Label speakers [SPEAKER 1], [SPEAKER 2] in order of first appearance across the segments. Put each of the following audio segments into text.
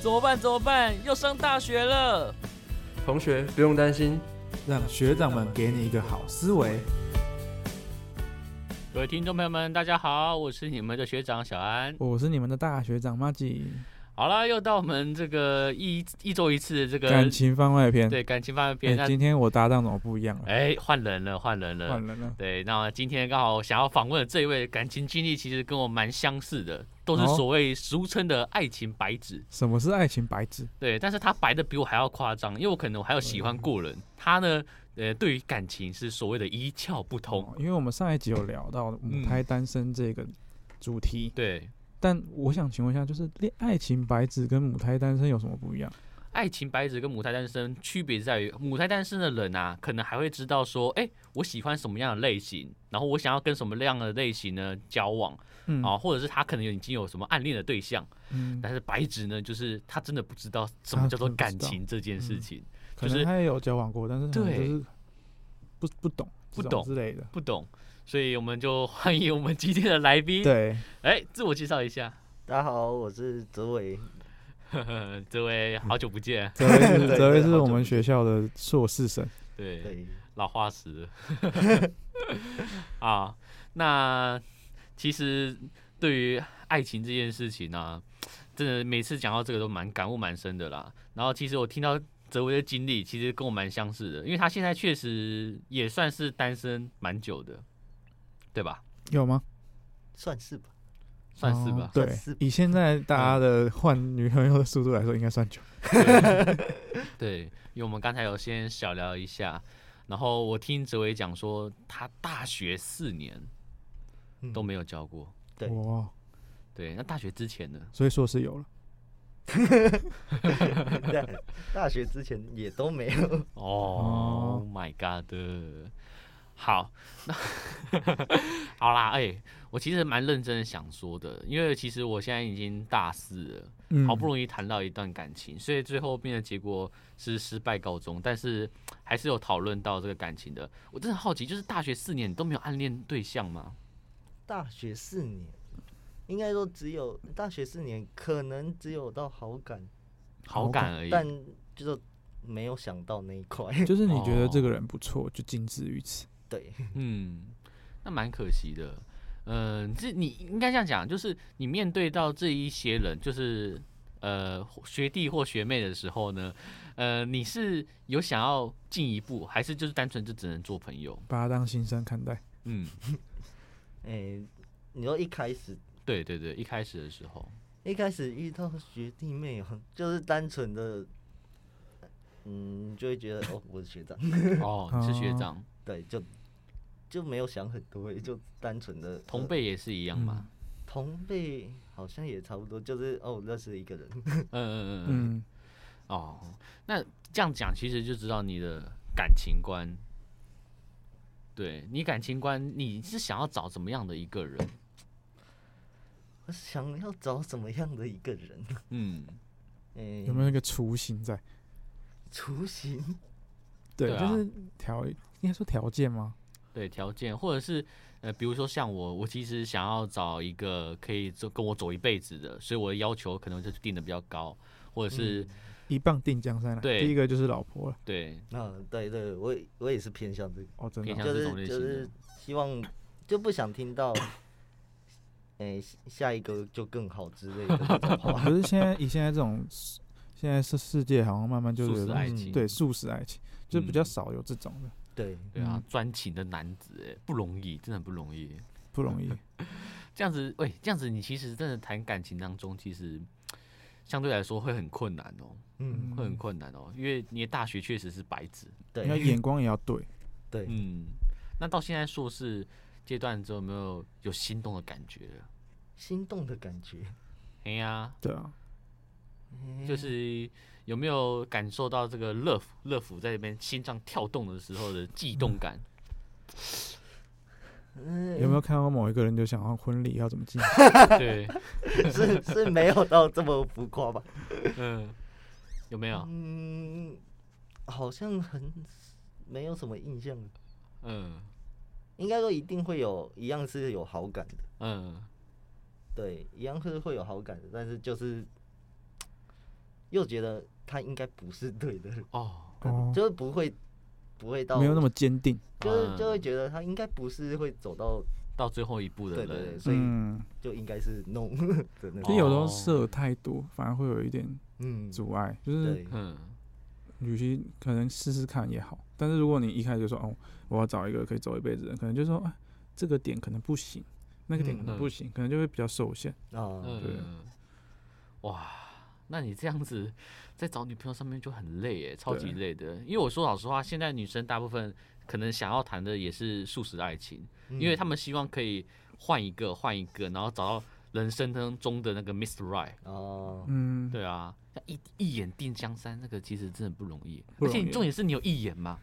[SPEAKER 1] 怎么办？怎么办？要上大学了！
[SPEAKER 2] 同学不用担心，
[SPEAKER 3] 让学长们给你一个好思维。
[SPEAKER 4] 各位听众朋友们，大家好，我是你们的学长小安。
[SPEAKER 5] 我是你们的大学长马吉，
[SPEAKER 4] 好啦，又到我们这个一一周一次的这
[SPEAKER 5] 感
[SPEAKER 4] 个
[SPEAKER 5] 情番外篇。
[SPEAKER 4] 对感情方面
[SPEAKER 5] 哎
[SPEAKER 4] 篇，那
[SPEAKER 5] 今天我搭档怎么不一样了？
[SPEAKER 4] 哎换人了，换人了
[SPEAKER 5] 换。人了，
[SPEAKER 4] 对，那今天刚好想要访问的这一位，感情经历其实跟我蛮相似的，都是
[SPEAKER 5] 哦
[SPEAKER 4] 所谓俗称的爱情白纸。
[SPEAKER 5] 什么是爱情白纸？
[SPEAKER 4] 对，但是他白的比我还要夸张，因为我可能我还有喜欢过
[SPEAKER 5] 哦
[SPEAKER 4] 人，他呢，呃，对于感情是所谓的一窍不通。
[SPEAKER 5] 哦因为我们上一集有聊到母胎单身这个主题，
[SPEAKER 4] 对，
[SPEAKER 5] 但我想请问一下，就是恋爱情白纸跟母胎单身有什么不一样？
[SPEAKER 4] 爱情白纸跟母胎单身区别在于，母胎单身的人啊，可能还会知道说，哎、我喜欢什么样的类型，然后我想要跟什么样的类型呢交往
[SPEAKER 5] 嗯
[SPEAKER 4] 啊，或者是他可能已经有什么暗恋的对象，
[SPEAKER 5] 嗯，
[SPEAKER 4] 但是白纸呢，就是他真的不知道什么叫做感情这件事情，
[SPEAKER 5] 可
[SPEAKER 4] 就是
[SPEAKER 5] 能他也有交往过，但是可能
[SPEAKER 4] 对
[SPEAKER 5] 就是不不懂、
[SPEAKER 4] 不
[SPEAKER 5] 这
[SPEAKER 4] 懂
[SPEAKER 5] 种之类的。
[SPEAKER 4] 不懂，所以我们就欢迎我们今天的来宾，
[SPEAKER 5] 对，
[SPEAKER 4] 哎、自我介绍一 下，
[SPEAKER 6] 大家好，我是泽伟。
[SPEAKER 4] 呵呵这位好久不见，
[SPEAKER 5] 泽威是
[SPEAKER 6] 对
[SPEAKER 5] 泽威
[SPEAKER 6] 对
[SPEAKER 5] 是
[SPEAKER 6] 好
[SPEAKER 5] 我
[SPEAKER 6] 久
[SPEAKER 5] 们
[SPEAKER 6] 不
[SPEAKER 5] 学校的硕士生，
[SPEAKER 4] 对。
[SPEAKER 6] 对，
[SPEAKER 4] 老化石 了啊。那其实对于爱情这件事情呢、啊真的每次讲到这个都蛮感悟蛮深的啦。然后其实我听到泽维的经历，其实跟我蛮相似的，因为他现在确实也算是单身蛮久的，对吧？
[SPEAKER 5] 有吗？
[SPEAKER 6] 算是吧。
[SPEAKER 4] 算是吧
[SPEAKER 5] 哦。对
[SPEAKER 6] 算是吧，
[SPEAKER 5] 以现在大家的换女朋友的速度来说，应该算久。
[SPEAKER 4] 对，因为我们刚才有先小聊一下，然后我听泽维讲说，他大学四年
[SPEAKER 6] 嗯
[SPEAKER 4] 都没有交过。
[SPEAKER 6] 对
[SPEAKER 5] 哇，
[SPEAKER 4] 对，那大学之前呢？
[SPEAKER 5] 所以硕士有了。
[SPEAKER 6] 对大学之前也都没有。
[SPEAKER 4] 哦、oh my god！好，那 好啦，哎、我其实蛮认真的想说的，因为其实我现在已经大四了，
[SPEAKER 5] 嗯
[SPEAKER 4] 好不容易谈到一段感情，所以最后面的结果是失败告终，但是还是有讨论到这个感情的。我真的好奇，就是大学四年你都没有暗恋对象吗？
[SPEAKER 6] 大学四年，应该说只有大学四年，可能只有到好感，
[SPEAKER 4] 好
[SPEAKER 5] 好感
[SPEAKER 4] 感而已，
[SPEAKER 6] 但就是没有想到那一块。
[SPEAKER 5] 就是你觉得这个人不错，就仅止于此。
[SPEAKER 6] 对，
[SPEAKER 4] 嗯，那蛮可惜的。嗯、这你应该这样讲，就是你面对到这一些人，就是呃学弟或学妹的时候呢，呃，你是有想要进一步，还是就是单纯就只能做朋友？
[SPEAKER 5] 把他当新生看待。
[SPEAKER 4] 嗯，
[SPEAKER 6] 哎、你说一开始
[SPEAKER 4] 对对对，一开始的时候，
[SPEAKER 6] 一开始遇到学弟妹哦， 就是单纯的，嗯，就会觉得哦，我是学长，
[SPEAKER 4] 哦，你是学
[SPEAKER 5] 哦
[SPEAKER 4] 长，
[SPEAKER 6] 对，就就没有想很多，就单纯的
[SPEAKER 4] 同
[SPEAKER 6] 呃
[SPEAKER 4] 辈也是一样嘛。
[SPEAKER 6] 同辈好像也差不多，就是哦，认识一个人，
[SPEAKER 4] 嗯嗯嗯嗯。
[SPEAKER 5] 嗯，
[SPEAKER 4] 哦，那这样讲其实就知道你的感情观。对你感情观，你是想要找怎么样的一个人？
[SPEAKER 6] 我想要找什么样的一个人？
[SPEAKER 4] 嗯，
[SPEAKER 6] 嗯、
[SPEAKER 5] 有没有那个雏形在？
[SPEAKER 6] 雏形？
[SPEAKER 5] 对，
[SPEAKER 4] 对啊
[SPEAKER 5] 就是条，应该说条件吗？
[SPEAKER 4] 对条件，或者是呃，比如说像我，我其实想要找一个可以走跟我走一辈子的，所以我的要求可能就定的比较高，或者是、
[SPEAKER 5] 嗯一棒定江山啊。
[SPEAKER 4] 对
[SPEAKER 5] 第一个就是老婆了。
[SPEAKER 4] 对
[SPEAKER 6] 啊，对对，我也我也是偏向这个，
[SPEAKER 5] 哦，真
[SPEAKER 4] 偏
[SPEAKER 5] 的
[SPEAKER 4] 向
[SPEAKER 5] 哦。
[SPEAKER 6] 就
[SPEAKER 4] 这种类
[SPEAKER 6] 是就
[SPEAKER 4] 型的
[SPEAKER 6] 是希望就不想听到，哎、下一个就更好之类的那种 话。
[SPEAKER 5] 哦可是现在以现在这种，现在是世界好像慢慢就
[SPEAKER 4] 素
[SPEAKER 5] 是
[SPEAKER 4] 食
[SPEAKER 5] 有
[SPEAKER 4] 爱情，
[SPEAKER 5] 对素食爱情，就比较
[SPEAKER 4] 嗯
[SPEAKER 5] 少有这种的，
[SPEAKER 6] 对，
[SPEAKER 4] 对啊
[SPEAKER 5] 嗯，
[SPEAKER 4] 专情的男子哎，不容易，真的不容易。
[SPEAKER 5] 不 容易。
[SPEAKER 4] 这样子，喂，这样子，你其实真的谈感情当中，其实相对来说会很困难哦，
[SPEAKER 6] 嗯，
[SPEAKER 4] 会很困难哦，因为你的大学确实是白纸，
[SPEAKER 5] 要
[SPEAKER 6] 对
[SPEAKER 5] 眼光也要对。
[SPEAKER 6] 对，
[SPEAKER 4] 嗯，那到现在硕士阶段之后，有没有有心动的感觉了？
[SPEAKER 6] 心动的感觉。
[SPEAKER 4] 哎呀、
[SPEAKER 5] 对啊，
[SPEAKER 4] 就是有没有感受到这个乐府乐府在这边心脏跳动的时候的悸动感？
[SPEAKER 6] 嗯，
[SPEAKER 5] 有没有看到某一个人就想要婚礼要怎么进 行？
[SPEAKER 4] 对，
[SPEAKER 6] 是是没有到这么浮夸吧？
[SPEAKER 4] 嗯，有没有？
[SPEAKER 6] 嗯，好像很没有什么印象。
[SPEAKER 4] 嗯
[SPEAKER 6] 应该说一定会有一样是有好感的，
[SPEAKER 4] 嗯，
[SPEAKER 6] 对，一样是会有好感的，但是就是 又觉得他应该不是对的人，
[SPEAKER 4] 哦，
[SPEAKER 5] 哦，
[SPEAKER 6] 就是不会不会到
[SPEAKER 5] 没有那么坚定。
[SPEAKER 6] 就是
[SPEAKER 4] 嗯
[SPEAKER 6] 就会觉得他应该不是会走到
[SPEAKER 4] 到最后一步的
[SPEAKER 6] 对对对，
[SPEAKER 4] 人，
[SPEAKER 6] 所以
[SPEAKER 5] 嗯，
[SPEAKER 6] 就应该是 no 的那
[SPEAKER 5] 就
[SPEAKER 6] 种。
[SPEAKER 5] 有时候
[SPEAKER 4] 哦
[SPEAKER 5] 设太多，反而会有一点
[SPEAKER 6] 嗯，
[SPEAKER 5] 阻碍。就是
[SPEAKER 6] 对，
[SPEAKER 4] 嗯，
[SPEAKER 5] 与其可能试试看也好，但是如果你一开始就说哦，我要找一个可以走一辈子的人，可能就说啊，这个点可能不行，那个点可能不行，可能就会比较受限。
[SPEAKER 6] 啊，
[SPEAKER 5] 对
[SPEAKER 4] 嗯，哇，那你这样子在找女朋友上面就很累耶，超级累的。因为我说老实话，现在女生大部分可能想要谈的也是素食爱情，
[SPEAKER 6] 嗯
[SPEAKER 4] 因为他们希望可以换一个换一个，然后找到人生当中的那个 Mr. Right。
[SPEAKER 6] 哦，
[SPEAKER 5] 嗯，
[SPEAKER 4] 对啊，要一一眼定江山，那个其实真的不容易。
[SPEAKER 5] 不
[SPEAKER 4] 而且
[SPEAKER 5] 容
[SPEAKER 4] 你
[SPEAKER 5] 易
[SPEAKER 4] 重点是你有一眼 嘛，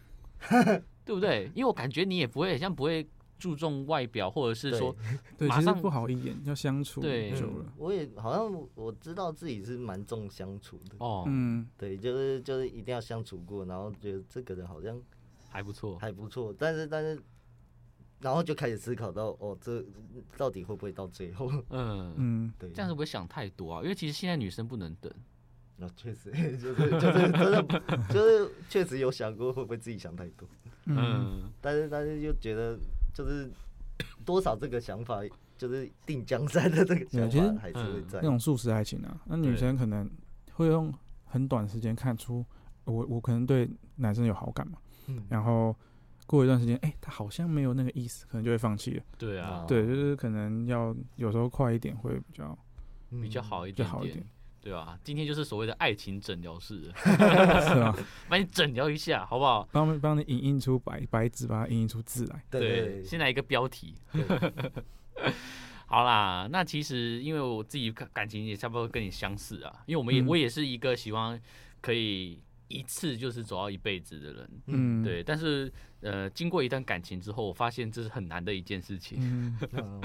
[SPEAKER 4] 对不对？因为我感觉你也不会很像不会注重外表，或者是
[SPEAKER 6] 对
[SPEAKER 4] 说
[SPEAKER 5] 对，
[SPEAKER 4] 马
[SPEAKER 5] 其实
[SPEAKER 4] 上
[SPEAKER 5] 不好一眼，要相处
[SPEAKER 4] 对
[SPEAKER 5] 久
[SPEAKER 6] 嗯
[SPEAKER 5] 了。
[SPEAKER 6] 我也好像我知道自己是蛮重相处的，
[SPEAKER 4] 哦、
[SPEAKER 5] 嗯，
[SPEAKER 6] 对，就是就是一定要相处过，然后觉得这个人好像
[SPEAKER 4] 还不错。
[SPEAKER 6] 还不错，但是但是，然后就开始思考到哦，这到底会不会到最后？
[SPEAKER 4] 嗯，
[SPEAKER 5] 嗯，
[SPEAKER 6] 对，
[SPEAKER 4] 这样子不会想太多啊，因为其实现在女生不能等。
[SPEAKER 6] 那确实 就是就是真的不就是确实有想过会不会自己想太多，
[SPEAKER 5] 嗯，
[SPEAKER 4] 嗯，
[SPEAKER 6] 但是但是又觉得就是 多少这个想法就是定江山的这个想
[SPEAKER 5] 其实
[SPEAKER 6] 法还是会
[SPEAKER 4] 嗯
[SPEAKER 6] 在
[SPEAKER 5] 那。种素食爱情啊，那女
[SPEAKER 4] 对
[SPEAKER 5] 生可能会用很短时间看出呃我我可能对男生有好感嘛，
[SPEAKER 6] 嗯
[SPEAKER 5] 然后过一段时间，哎、他好像没有那个意思，可能就会放弃了。
[SPEAKER 4] 对啊
[SPEAKER 6] 啊，
[SPEAKER 5] 对，就是可能要有时候快一点会比较
[SPEAKER 4] 嗯比较
[SPEAKER 6] 嗯
[SPEAKER 4] 好一
[SPEAKER 5] 比较
[SPEAKER 4] 点
[SPEAKER 5] 好一点，
[SPEAKER 4] 对啊，今天就是所谓的爱情诊疗 室，
[SPEAKER 5] 是啊吧？
[SPEAKER 4] 帮你诊疗一下，好不好？
[SPEAKER 5] 帮帮你影印出白白纸，把它影印出字来。
[SPEAKER 6] 对对对，
[SPEAKER 4] 先来一个标题。 好啦，那其实因为我自己感感情也差不多跟你相似啊，因为我们也、
[SPEAKER 5] 嗯
[SPEAKER 4] 我也是一个喜欢可以一次就是走到一辈子的人，
[SPEAKER 5] 嗯，，
[SPEAKER 4] 对。但是呃，经过一段感情之后，我发现这是很难的一件事情。
[SPEAKER 5] 嗯，
[SPEAKER 6] 嗯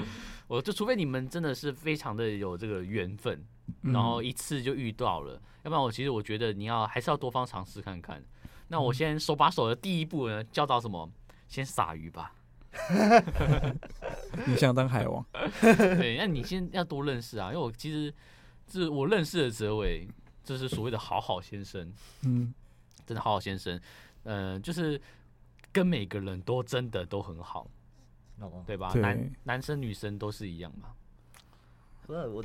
[SPEAKER 4] 我就除非你们真的是非常的有这个缘分，
[SPEAKER 5] 嗯
[SPEAKER 4] 然后一次就遇到了，要不然我其实我觉得你要还是要多方尝试看看。那
[SPEAKER 5] 嗯
[SPEAKER 4] 我先手把手的第一步呢，教导什么？先撒鱼吧。
[SPEAKER 5] 你想当海王，
[SPEAKER 4] 对，那你先要多认识啊，因为我其实是我认识的哲伟，就是所谓的好好先生，
[SPEAKER 5] 嗯
[SPEAKER 4] 真的好好先生，呃，就是跟每个人都真的都很好，
[SPEAKER 6] 哦，
[SPEAKER 4] 对吧？
[SPEAKER 5] 对
[SPEAKER 4] 男男生女生都是一样嘛。
[SPEAKER 6] 不然我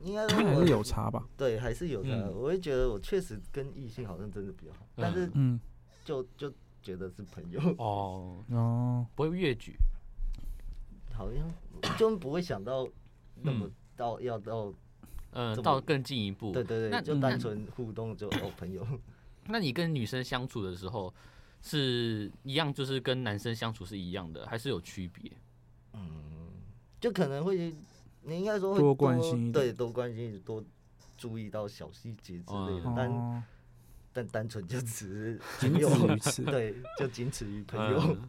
[SPEAKER 6] 应该
[SPEAKER 5] 还
[SPEAKER 6] 说我
[SPEAKER 5] 是有差吧？
[SPEAKER 6] 对还是有差，
[SPEAKER 4] 嗯
[SPEAKER 6] 我会觉得我确实跟异性好像真的比较好，但是
[SPEAKER 5] 嗯，
[SPEAKER 6] 就就觉得是朋友，
[SPEAKER 4] 哦，
[SPEAKER 5] 哦，
[SPEAKER 4] 不会越矩，
[SPEAKER 6] 好像就不会想到那么
[SPEAKER 4] 嗯
[SPEAKER 6] 到要到，
[SPEAKER 4] 嗯、
[SPEAKER 6] 怎么
[SPEAKER 4] 到更进一步。
[SPEAKER 6] 对对
[SPEAKER 4] 那
[SPEAKER 6] 对，就单纯互动就哦朋 友，
[SPEAKER 4] 那你跟女生相处的时候，是一样，就是跟男生相处是一样的，还是有区别？
[SPEAKER 6] 就可能会你应该说会
[SPEAKER 5] 多关心一点
[SPEAKER 6] 对，多关心多注意到小细节之类的
[SPEAKER 4] 嗯，
[SPEAKER 6] 但
[SPEAKER 5] 哦，
[SPEAKER 6] 但单纯就只是
[SPEAKER 5] 仅
[SPEAKER 6] 朋友，
[SPEAKER 5] 止于 此。
[SPEAKER 6] 对，就仅此于朋友，
[SPEAKER 4] 嗯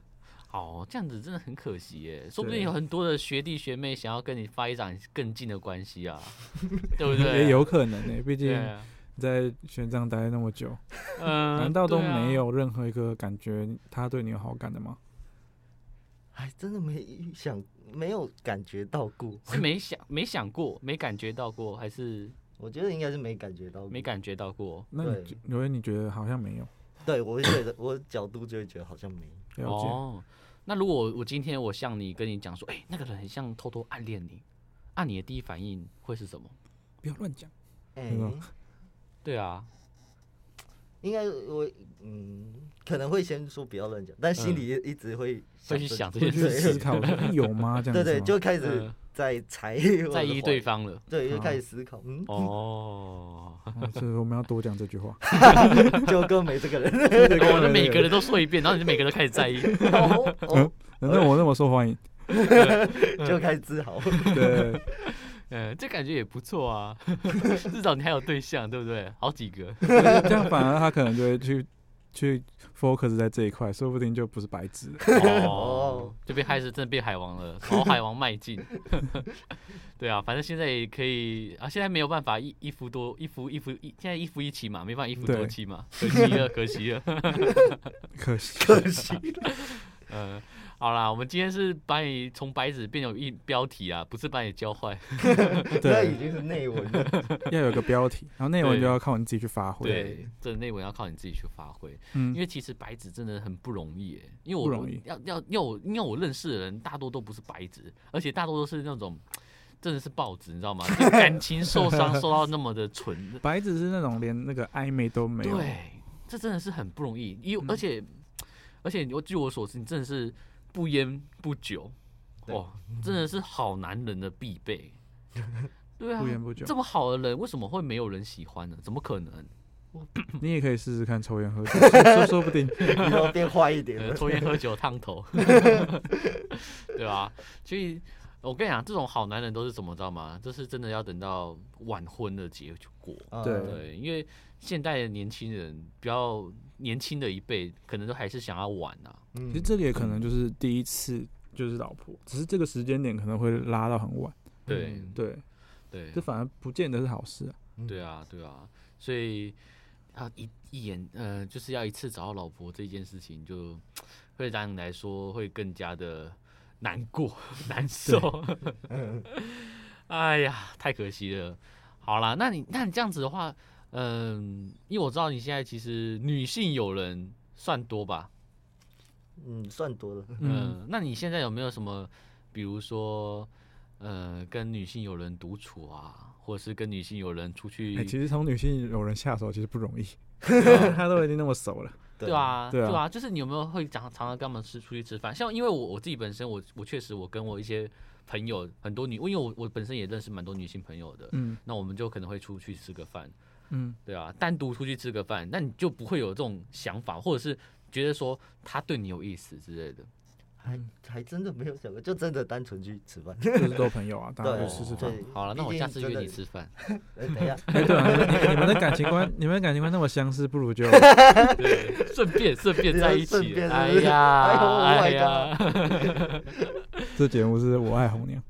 [SPEAKER 4] 好，这样子真的很可惜耶，说不定
[SPEAKER 5] 对
[SPEAKER 4] 有很多的学弟学妹想要跟你发一场更近的关系 啊， 对不对？
[SPEAKER 5] 也有可能呢、欸毕
[SPEAKER 4] 对
[SPEAKER 5] 竟
[SPEAKER 4] 啊，
[SPEAKER 5] 在玄奘待了那么久，
[SPEAKER 4] 嗯
[SPEAKER 5] 难道都没？
[SPEAKER 4] 对啊
[SPEAKER 5] 有任何一个感觉他对你有好感的吗？
[SPEAKER 6] 还真的没想没有感觉到过，
[SPEAKER 4] 是没想没想过，没感觉到过，还是
[SPEAKER 6] 我觉得应该是没感觉到过，
[SPEAKER 4] 没感觉到过？
[SPEAKER 5] 那
[SPEAKER 6] 对
[SPEAKER 5] 你觉刘烨，你觉得好像没有
[SPEAKER 6] 对，我会觉得我角度就会觉得好像没，
[SPEAKER 5] 了解？
[SPEAKER 4] 哦，那如果我今天我向你跟你讲说，哎、那个人很像偷偷暗恋你，啊，你的第一反应会是什么？
[SPEAKER 5] 不要乱讲。
[SPEAKER 6] 哎、
[SPEAKER 5] 嗯
[SPEAKER 4] 对 啊，
[SPEAKER 6] 应该我嗯可能会先说不要乱讲，但心里一直会
[SPEAKER 4] 嗯会
[SPEAKER 6] 想
[SPEAKER 4] 去
[SPEAKER 6] 着
[SPEAKER 4] 想这
[SPEAKER 5] 会
[SPEAKER 4] 件
[SPEAKER 5] 去
[SPEAKER 4] 事
[SPEAKER 5] 思
[SPEAKER 4] 情，
[SPEAKER 5] 考说哎有吗？这样
[SPEAKER 6] 对
[SPEAKER 5] 子
[SPEAKER 6] 对，
[SPEAKER 5] 吗
[SPEAKER 6] 就开始
[SPEAKER 4] 嗯
[SPEAKER 6] 在猜我
[SPEAKER 4] 在
[SPEAKER 6] 的
[SPEAKER 4] 意
[SPEAKER 6] 话
[SPEAKER 4] 对，方了。
[SPEAKER 6] 对，就开始思考，嗯，
[SPEAKER 4] 哦，
[SPEAKER 5] 哦所以我们要多讲这句话。
[SPEAKER 6] 就更没这个人，
[SPEAKER 4] 我们哦每个人都说一遍，然后你就每个人都开始在意。
[SPEAKER 6] 哦哦
[SPEAKER 5] 那我那么受欢迎，
[SPEAKER 4] 嗯
[SPEAKER 6] 就开始自豪，
[SPEAKER 5] 对，
[SPEAKER 4] 呃，这感觉也不错啊，至少你还有对象，对不对？好几个，
[SPEAKER 5] 这样反而他可能就会去去 focus 在这一块，说不定就不是白纸。
[SPEAKER 4] 哦，就变开始真的变海王了，朝海王迈进。 对啊，反正现在也可以啊，现在没有办法一一夫多一夫一夫一，现在一夫一妻嘛，没办法一夫多
[SPEAKER 5] 对
[SPEAKER 4] 妻嘛，可惜了，可惜了。
[SPEAKER 5] 可惜，
[SPEAKER 6] 可惜，
[SPEAKER 4] 呃，好啦，我们今天是把你从白纸变有一标题啊，不是把你教坏。
[SPEAKER 6] 那
[SPEAKER 5] 对
[SPEAKER 6] 已，经是内文了。
[SPEAKER 5] 要有个标题，然后内容
[SPEAKER 4] 对
[SPEAKER 5] 就要靠你自己去发挥。，
[SPEAKER 4] 对，这内文要靠你自己去发挥，
[SPEAKER 5] 嗯
[SPEAKER 4] 因，为其实白纸真的很不容易耶，因为我
[SPEAKER 5] 不容易
[SPEAKER 4] 要要要我因为我认识的人大多都不是白纸，而且大多都是那种真的是报纸，你知道吗？ 就感情受伤受到那么的纯的，
[SPEAKER 5] 白纸是那种连那个暧昧都 没有，
[SPEAKER 4] 对，这真的是很不容易。因为
[SPEAKER 5] 嗯
[SPEAKER 4] 而且、而且我据我所知，你真的是不烟不酒，
[SPEAKER 6] 对
[SPEAKER 4] 哇，真的是好男人的必 备。对啊
[SPEAKER 5] 不，烟不酒
[SPEAKER 4] 这，么好的人，为什么会没有人喜欢呢？怎么可能？
[SPEAKER 5] 你也可以试试看抽烟喝酒，说说不定。
[SPEAKER 6] 以后变坏一点
[SPEAKER 4] 呃，
[SPEAKER 6] 了。
[SPEAKER 4] 抽烟喝酒烫头， 对吧、所以我跟你讲，这种好男人都是怎么知道吗？这是真的要等到晚婚的结果。
[SPEAKER 6] 嗯
[SPEAKER 5] 对
[SPEAKER 4] 对，因为现代的年轻人，比较年轻的一辈，可能都还是想要玩啊。
[SPEAKER 6] 嗯
[SPEAKER 5] 其实这个也可能就是第一次就是老婆，只是这个时间点可能会拉到很晚。
[SPEAKER 4] 对
[SPEAKER 6] 嗯
[SPEAKER 5] 对，
[SPEAKER 4] 对
[SPEAKER 5] 这反而不见得是好事啊。
[SPEAKER 4] 对啊，对啊，所以啊一一眼呃，就是要一次找到老婆这件事情，就会让你来说会更加的难过 难受。 哎呀，太可惜了。好啦，那你那你这样子的话，嗯、因为我知道你现在其实女性友人算多吧，
[SPEAKER 6] 嗯，算多了。
[SPEAKER 5] 嗯，
[SPEAKER 4] 嗯，那你现在有没有什么，比如说，呃，跟女性友人独处啊，或者是跟女性友人出去
[SPEAKER 5] 哎、其实从女性友人下手其实不容易，
[SPEAKER 4] 啊
[SPEAKER 5] 她都已经那么熟了。
[SPEAKER 4] 对，啊，
[SPEAKER 5] 对啊
[SPEAKER 4] 啊，就是你有没有会常常常跟他们吃出去吃饭？像因为我我自己本身我我确实我跟我一些朋友很多女，因为我我本身也认识蛮多女性朋友的，
[SPEAKER 5] 嗯
[SPEAKER 4] 那我们就可能会出去吃个饭，
[SPEAKER 5] 嗯，
[SPEAKER 4] 对啊，单独出去吃个饭，那你就不会有这种想法，或者是觉得说他对你有意思之类的。
[SPEAKER 6] 还还真的没有想过，就真的单纯去吃 饭。
[SPEAKER 5] 就是都朋友啊，大家
[SPEAKER 6] 对
[SPEAKER 5] 就吃吃饭。
[SPEAKER 6] 对
[SPEAKER 4] 哦好了，那我
[SPEAKER 6] 毕
[SPEAKER 4] 下
[SPEAKER 6] 竟
[SPEAKER 4] 次
[SPEAKER 6] 真
[SPEAKER 4] 约
[SPEAKER 6] 的
[SPEAKER 4] 你吃 饭。
[SPEAKER 6] 哎，等一下，
[SPEAKER 5] 哎、对啊，你们你们的感情观，你们的感情观那么相似，不 如就
[SPEAKER 4] 对，顺便顺便
[SPEAKER 6] 对啊
[SPEAKER 4] 在一
[SPEAKER 6] 顺
[SPEAKER 4] 起。
[SPEAKER 6] 便
[SPEAKER 4] 哎
[SPEAKER 6] 是不是
[SPEAKER 4] 呀，
[SPEAKER 6] 哎呦，Oh my
[SPEAKER 4] 哎呀，
[SPEAKER 5] 这节目是我爱红娘。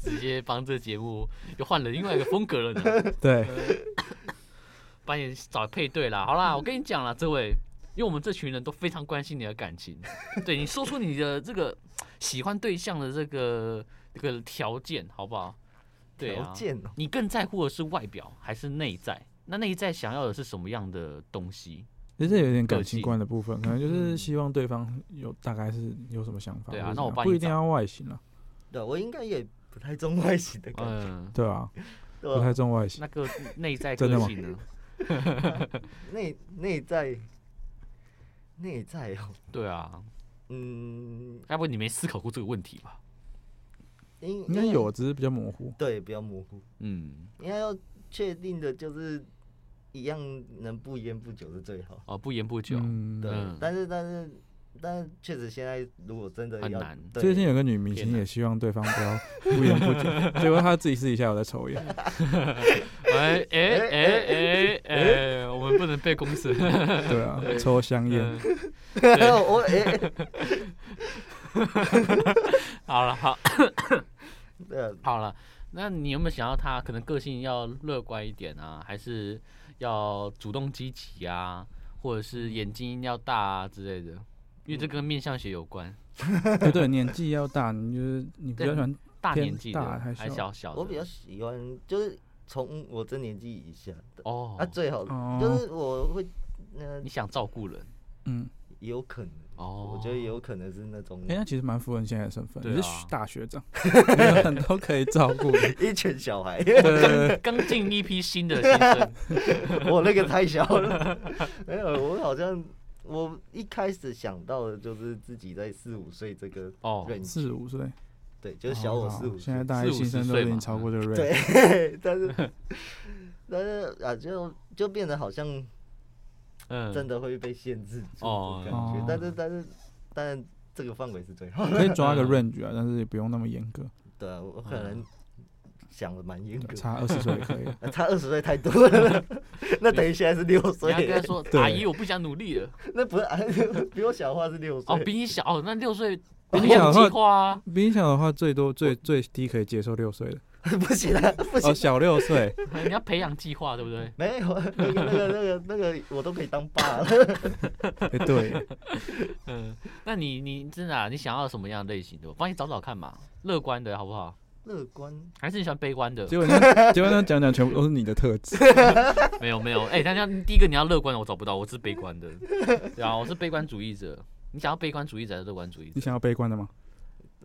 [SPEAKER 4] 直接帮这节目又换了另外一个风格了呢。
[SPEAKER 5] 对，
[SPEAKER 4] 帮你找配对啦。好啦，我跟你讲啦，这位，因为我们这群人都非常关心你的感情，对你说出你的这个喜欢对象的这个这个条件，好不好？对
[SPEAKER 6] 条
[SPEAKER 4] 啊，
[SPEAKER 6] 件哦，
[SPEAKER 4] 你更在乎的是外表还是内在？那内在想要的是什么样的东西？
[SPEAKER 5] 其实这有点
[SPEAKER 4] 个
[SPEAKER 5] 感
[SPEAKER 4] 性
[SPEAKER 5] 情观的部分，可能就是
[SPEAKER 4] 嗯
[SPEAKER 5] 希望对方有大概是有什么想法。
[SPEAKER 4] 对啊
[SPEAKER 5] 或者
[SPEAKER 4] 那我
[SPEAKER 5] 怎么样
[SPEAKER 4] 帮
[SPEAKER 5] 不
[SPEAKER 4] 你
[SPEAKER 5] 一定
[SPEAKER 4] 找
[SPEAKER 5] 要外形啊，
[SPEAKER 6] 对我应该也不太中外形的感觉，
[SPEAKER 4] 嗯，
[SPEAKER 5] 对啊，
[SPEAKER 6] 对
[SPEAKER 5] 不
[SPEAKER 6] 吧
[SPEAKER 5] 太重外形。
[SPEAKER 4] 那个内在
[SPEAKER 5] 真的
[SPEAKER 4] 个
[SPEAKER 5] 吗
[SPEAKER 4] 性呢？
[SPEAKER 6] 内内在内在哦，
[SPEAKER 4] 对啊，
[SPEAKER 6] 嗯，
[SPEAKER 4] 要不你没思考过这个问题吧？
[SPEAKER 6] 应
[SPEAKER 5] 应该有，只是比较模糊。
[SPEAKER 6] 对，比较模糊，
[SPEAKER 4] 嗯，
[SPEAKER 6] 应该要确定的就是一样能不烟不酒是最好，
[SPEAKER 4] 哦，不言不久，
[SPEAKER 5] 嗯
[SPEAKER 6] 对，
[SPEAKER 4] 嗯
[SPEAKER 6] 但是但是但是确实现在如果真的
[SPEAKER 4] 很
[SPEAKER 6] 要
[SPEAKER 4] 难
[SPEAKER 6] 对
[SPEAKER 5] 最近有个女明星
[SPEAKER 4] 天哪
[SPEAKER 5] 也希望对方不要不烟不酒， 结果她自己私底下有在抽烟。
[SPEAKER 4] 哎哎哎哎哎，我们不能被公司。
[SPEAKER 5] 对啊，抽香烟。
[SPEAKER 4] 嗯
[SPEAKER 6] 我哎，
[SPEAKER 4] 好了，好，
[SPEAKER 6] 对啊，
[SPEAKER 4] 好了，那你有没有想要他可能个性要乐观一点啊，还是要主动积极啊，或者是眼睛要大啊之类的？因为这跟面相学有关，
[SPEAKER 5] 对对，年纪要大，你就是你比较喜欢
[SPEAKER 4] 大
[SPEAKER 5] 偏
[SPEAKER 4] 年纪
[SPEAKER 5] 大
[SPEAKER 4] 的
[SPEAKER 5] 还
[SPEAKER 4] 还
[SPEAKER 5] 小
[SPEAKER 4] 小小的，
[SPEAKER 6] 我比较喜欢就是从我这年纪以下的，
[SPEAKER 4] 哦，
[SPEAKER 6] 啊，最好
[SPEAKER 5] 哦
[SPEAKER 6] 就是我会，呃
[SPEAKER 4] 你，想照顾人
[SPEAKER 5] 嗯，
[SPEAKER 6] 有可能，
[SPEAKER 4] 哦，
[SPEAKER 6] 我觉得有可能是那种
[SPEAKER 5] 哎、那其实蛮符合你现在的身份，
[SPEAKER 4] 嗯对
[SPEAKER 5] 你
[SPEAKER 4] 啊
[SPEAKER 5] 是大 学长，没有很多可以照顾的。
[SPEAKER 6] 一群小 孩，
[SPEAKER 5] 对对 对，
[SPEAKER 4] 刚进一批新的新 生，
[SPEAKER 6] 我那个太小了，没有，我好像我一开始想到的就是自己在四五岁这个
[SPEAKER 4] 哦
[SPEAKER 6] range，
[SPEAKER 5] 四十五岁，
[SPEAKER 6] 对，就是小我
[SPEAKER 5] 好
[SPEAKER 6] 四五岁
[SPEAKER 5] 哦现，在大一新生都已经超过这个 range，
[SPEAKER 6] 对，但是但是啊，就就变得好像
[SPEAKER 4] 嗯，
[SPEAKER 6] 真的会被限制住
[SPEAKER 4] 哦
[SPEAKER 6] 的感觉
[SPEAKER 5] 哦，
[SPEAKER 6] 但是但是但这个范围是最好 的，
[SPEAKER 5] 可 以抓个 range 啊，但是也不用那么严格，
[SPEAKER 6] 对啊，我可能想的蛮严格的。
[SPEAKER 5] 差二十岁也可以 啊。
[SPEAKER 6] 啊差二十岁太多了，那等于现在是六
[SPEAKER 4] 你
[SPEAKER 6] 岁
[SPEAKER 4] 要，跟他说，
[SPEAKER 5] 对
[SPEAKER 4] 阿姨，我不想努力了。
[SPEAKER 6] 那不是啊 比我小的话是六岁。
[SPEAKER 4] 哦，比你小，哦，那六岁，
[SPEAKER 5] 比你
[SPEAKER 4] 有
[SPEAKER 5] 小的
[SPEAKER 4] 计
[SPEAKER 5] 话
[SPEAKER 4] 划啊，
[SPEAKER 5] 比你小的话，最多最最低可以接受六岁的，
[SPEAKER 6] 不行啊，不行
[SPEAKER 7] 哦，，小六岁，
[SPEAKER 4] 你要培养计划，对不对？
[SPEAKER 6] 没有那个那个那个那个我都可以当爸了。
[SPEAKER 5] 哎、 对，
[SPEAKER 4] 嗯，那你你真的、啊，你想要什么样的类型的？我帮你找找看嘛，乐观的好不好？
[SPEAKER 6] 乐观，
[SPEAKER 4] 还是你喜欢悲观的？
[SPEAKER 7] 结果那结果那讲讲全部都是你的特质，
[SPEAKER 4] 没有没有，哎、大家第一个你要乐观的，我找不到，我是悲观 的，对啊，我是悲观主义者。你想要悲观主义者还是乐观主义者？
[SPEAKER 5] 你想要悲观的吗？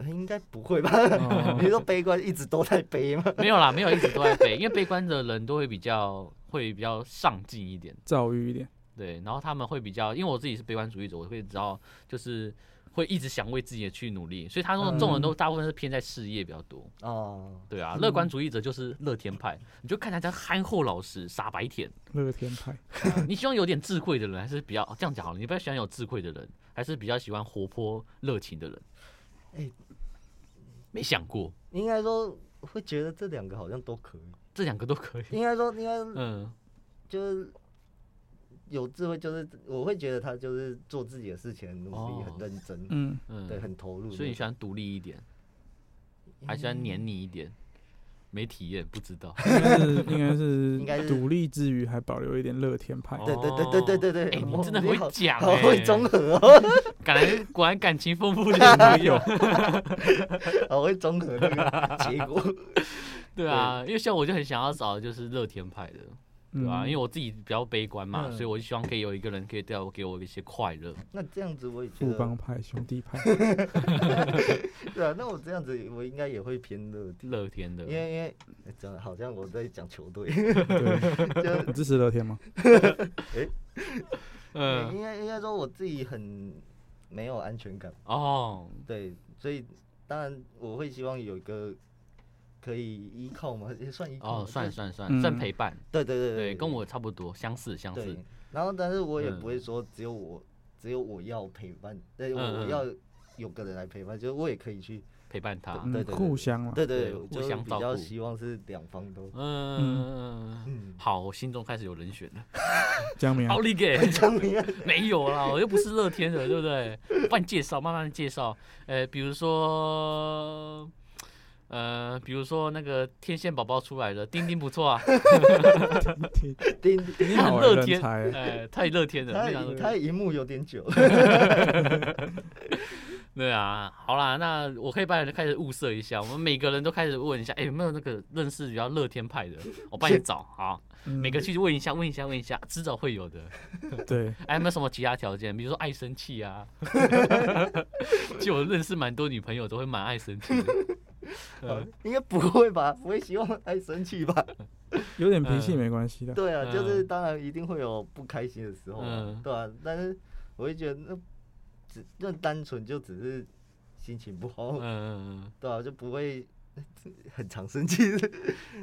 [SPEAKER 6] 应该不会吧？
[SPEAKER 5] 哦
[SPEAKER 6] 你说悲观一直都在悲吗？
[SPEAKER 4] 没有啦，没有一直都在悲，因为悲观的人都会比较会比较上进一点，
[SPEAKER 5] 躁郁一点，
[SPEAKER 4] 对，然后他们会比较，因为我自己是悲观主义者，我会知道就是会一直想为自己去努力，所以他
[SPEAKER 5] 嗯
[SPEAKER 4] 说这种人都大部分是偏在事业比较多，
[SPEAKER 6] 哦，
[SPEAKER 4] 对
[SPEAKER 5] 嗯
[SPEAKER 4] 啊，乐观主义者就是乐天派，你就看起来像憨厚老实、傻白甜。
[SPEAKER 5] 乐天派，
[SPEAKER 4] 你喜欢有点智慧的人，还是比较这样讲好了？你比较喜欢有智慧的人，还是比较喜欢活泼热情的人？
[SPEAKER 6] 哎
[SPEAKER 4] 没想过
[SPEAKER 6] 应该说会觉得这两个好像都可以。
[SPEAKER 4] 这两个都 可以。
[SPEAKER 6] 应该说，应该
[SPEAKER 4] 嗯，
[SPEAKER 6] 就是有智慧，就是我会觉得他就是做自己的事情很努力、
[SPEAKER 4] 哦
[SPEAKER 6] 很认真，
[SPEAKER 5] 嗯，
[SPEAKER 4] 嗯
[SPEAKER 6] 对，很投入。
[SPEAKER 4] 所以你喜欢独立一点，还喜欢黏你一点？没体验，不知 道。
[SPEAKER 5] 嗯应该是
[SPEAKER 6] 应
[SPEAKER 5] 应该
[SPEAKER 6] 该是
[SPEAKER 5] 是独立之余还保留一点乐天
[SPEAKER 4] 哦
[SPEAKER 5] 派，
[SPEAKER 6] 对对对对对对对
[SPEAKER 4] 哎，你
[SPEAKER 6] 哇
[SPEAKER 4] 真的
[SPEAKER 6] 你
[SPEAKER 4] 会
[SPEAKER 6] 好
[SPEAKER 4] 讲
[SPEAKER 6] 好会
[SPEAKER 4] 哎
[SPEAKER 6] 综合哦，
[SPEAKER 4] 感觉果然感情丰富 的朋友，
[SPEAKER 6] 好会综合那个 结果。
[SPEAKER 4] 对啊，因为像我就很想要找就是乐天派的，对吧、啊？
[SPEAKER 5] 嗯
[SPEAKER 4] 因为我自己比较悲观嘛，
[SPEAKER 6] 嗯
[SPEAKER 4] 所以我就希望可以有一个人可以带我给我一些快乐。
[SPEAKER 6] 那这样子我也觉
[SPEAKER 5] 富邦
[SPEAKER 6] 得，
[SPEAKER 5] 派、兄弟 派，
[SPEAKER 6] 对啊，那我这样子我应该也会偏乐天，
[SPEAKER 4] 乐天的
[SPEAKER 6] 因，为因为哎讲得好像我在讲球 队，
[SPEAKER 5] 对，
[SPEAKER 6] 就
[SPEAKER 5] 你支持乐天吗？
[SPEAKER 4] 嗯，
[SPEAKER 6] 应该应该说我自己很没有安全感，
[SPEAKER 4] 哦，
[SPEAKER 6] 对，所以当然我会希望有一个可以依靠嘛，也算依靠嘛，
[SPEAKER 4] 哦，算
[SPEAKER 6] 就是
[SPEAKER 4] 算算，
[SPEAKER 5] 嗯
[SPEAKER 4] 算陪伴，
[SPEAKER 6] 对对对
[SPEAKER 4] 对，跟我差不多，相似相
[SPEAKER 6] 对
[SPEAKER 4] 似，。
[SPEAKER 6] 然后，但是我也
[SPEAKER 4] 嗯
[SPEAKER 6] 不会说只有我，只有我要陪伴，对，我
[SPEAKER 4] 嗯
[SPEAKER 6] 我
[SPEAKER 4] 嗯
[SPEAKER 6] 要有个人来陪伴，就是我也可以去，
[SPEAKER 4] 陪伴他，
[SPEAKER 5] 嗯
[SPEAKER 6] 对对
[SPEAKER 5] 互相嘛，
[SPEAKER 6] 对对
[SPEAKER 4] 对
[SPEAKER 6] 对，
[SPEAKER 4] 互
[SPEAKER 6] 就是
[SPEAKER 4] 相
[SPEAKER 6] 比
[SPEAKER 4] 照
[SPEAKER 6] 较
[SPEAKER 4] 顾
[SPEAKER 6] 希望是两方 都，
[SPEAKER 4] 嗯，
[SPEAKER 6] 嗯，
[SPEAKER 4] 好，我心中开始有人选了，
[SPEAKER 5] 江明啊
[SPEAKER 4] 奥，利给，
[SPEAKER 6] 张明啊，
[SPEAKER 4] 没有啦，我又不是乐天的，对不对？我帮你介绍，慢慢介绍，呃，比如说。呃，比如说那个天线宝宝出来了，丁丁不错啊，
[SPEAKER 6] 丁，
[SPEAKER 5] 你
[SPEAKER 4] 他
[SPEAKER 5] 好
[SPEAKER 4] 很
[SPEAKER 5] 为
[SPEAKER 4] 乐
[SPEAKER 5] 人
[SPEAKER 4] 天，
[SPEAKER 5] 才，啊
[SPEAKER 4] 呃，太乐天了，
[SPEAKER 6] 他
[SPEAKER 4] 非常乐
[SPEAKER 6] 也
[SPEAKER 4] 天
[SPEAKER 6] 他的荧幕有点久，
[SPEAKER 4] 对啊，好啦，那我可以帮你开始物色一下，我们每个人都开始问一下，哎、有没有那个认识比较乐天派的？我帮你找，好，
[SPEAKER 5] 嗯
[SPEAKER 4] 每个去问一下，问一下，问一下，迟早会有的。
[SPEAKER 5] 对，
[SPEAKER 4] 哎、有没有什么其他条件？比如说爱生气啊， 其实我认识蛮多女朋友都会蛮爱生气的。呃
[SPEAKER 6] 应该不会吧？不会希望爱生气吧？
[SPEAKER 5] 有点脾气
[SPEAKER 4] 嗯
[SPEAKER 5] 没关系的，
[SPEAKER 6] 对啊，就是
[SPEAKER 4] 嗯
[SPEAKER 6] 当然一定会有不开心的时候啊
[SPEAKER 4] 嗯，
[SPEAKER 6] 对啊，但是我会觉得那只那单纯就只是心情不好
[SPEAKER 4] 嗯，嗯
[SPEAKER 6] 对啊，就不会很常生气，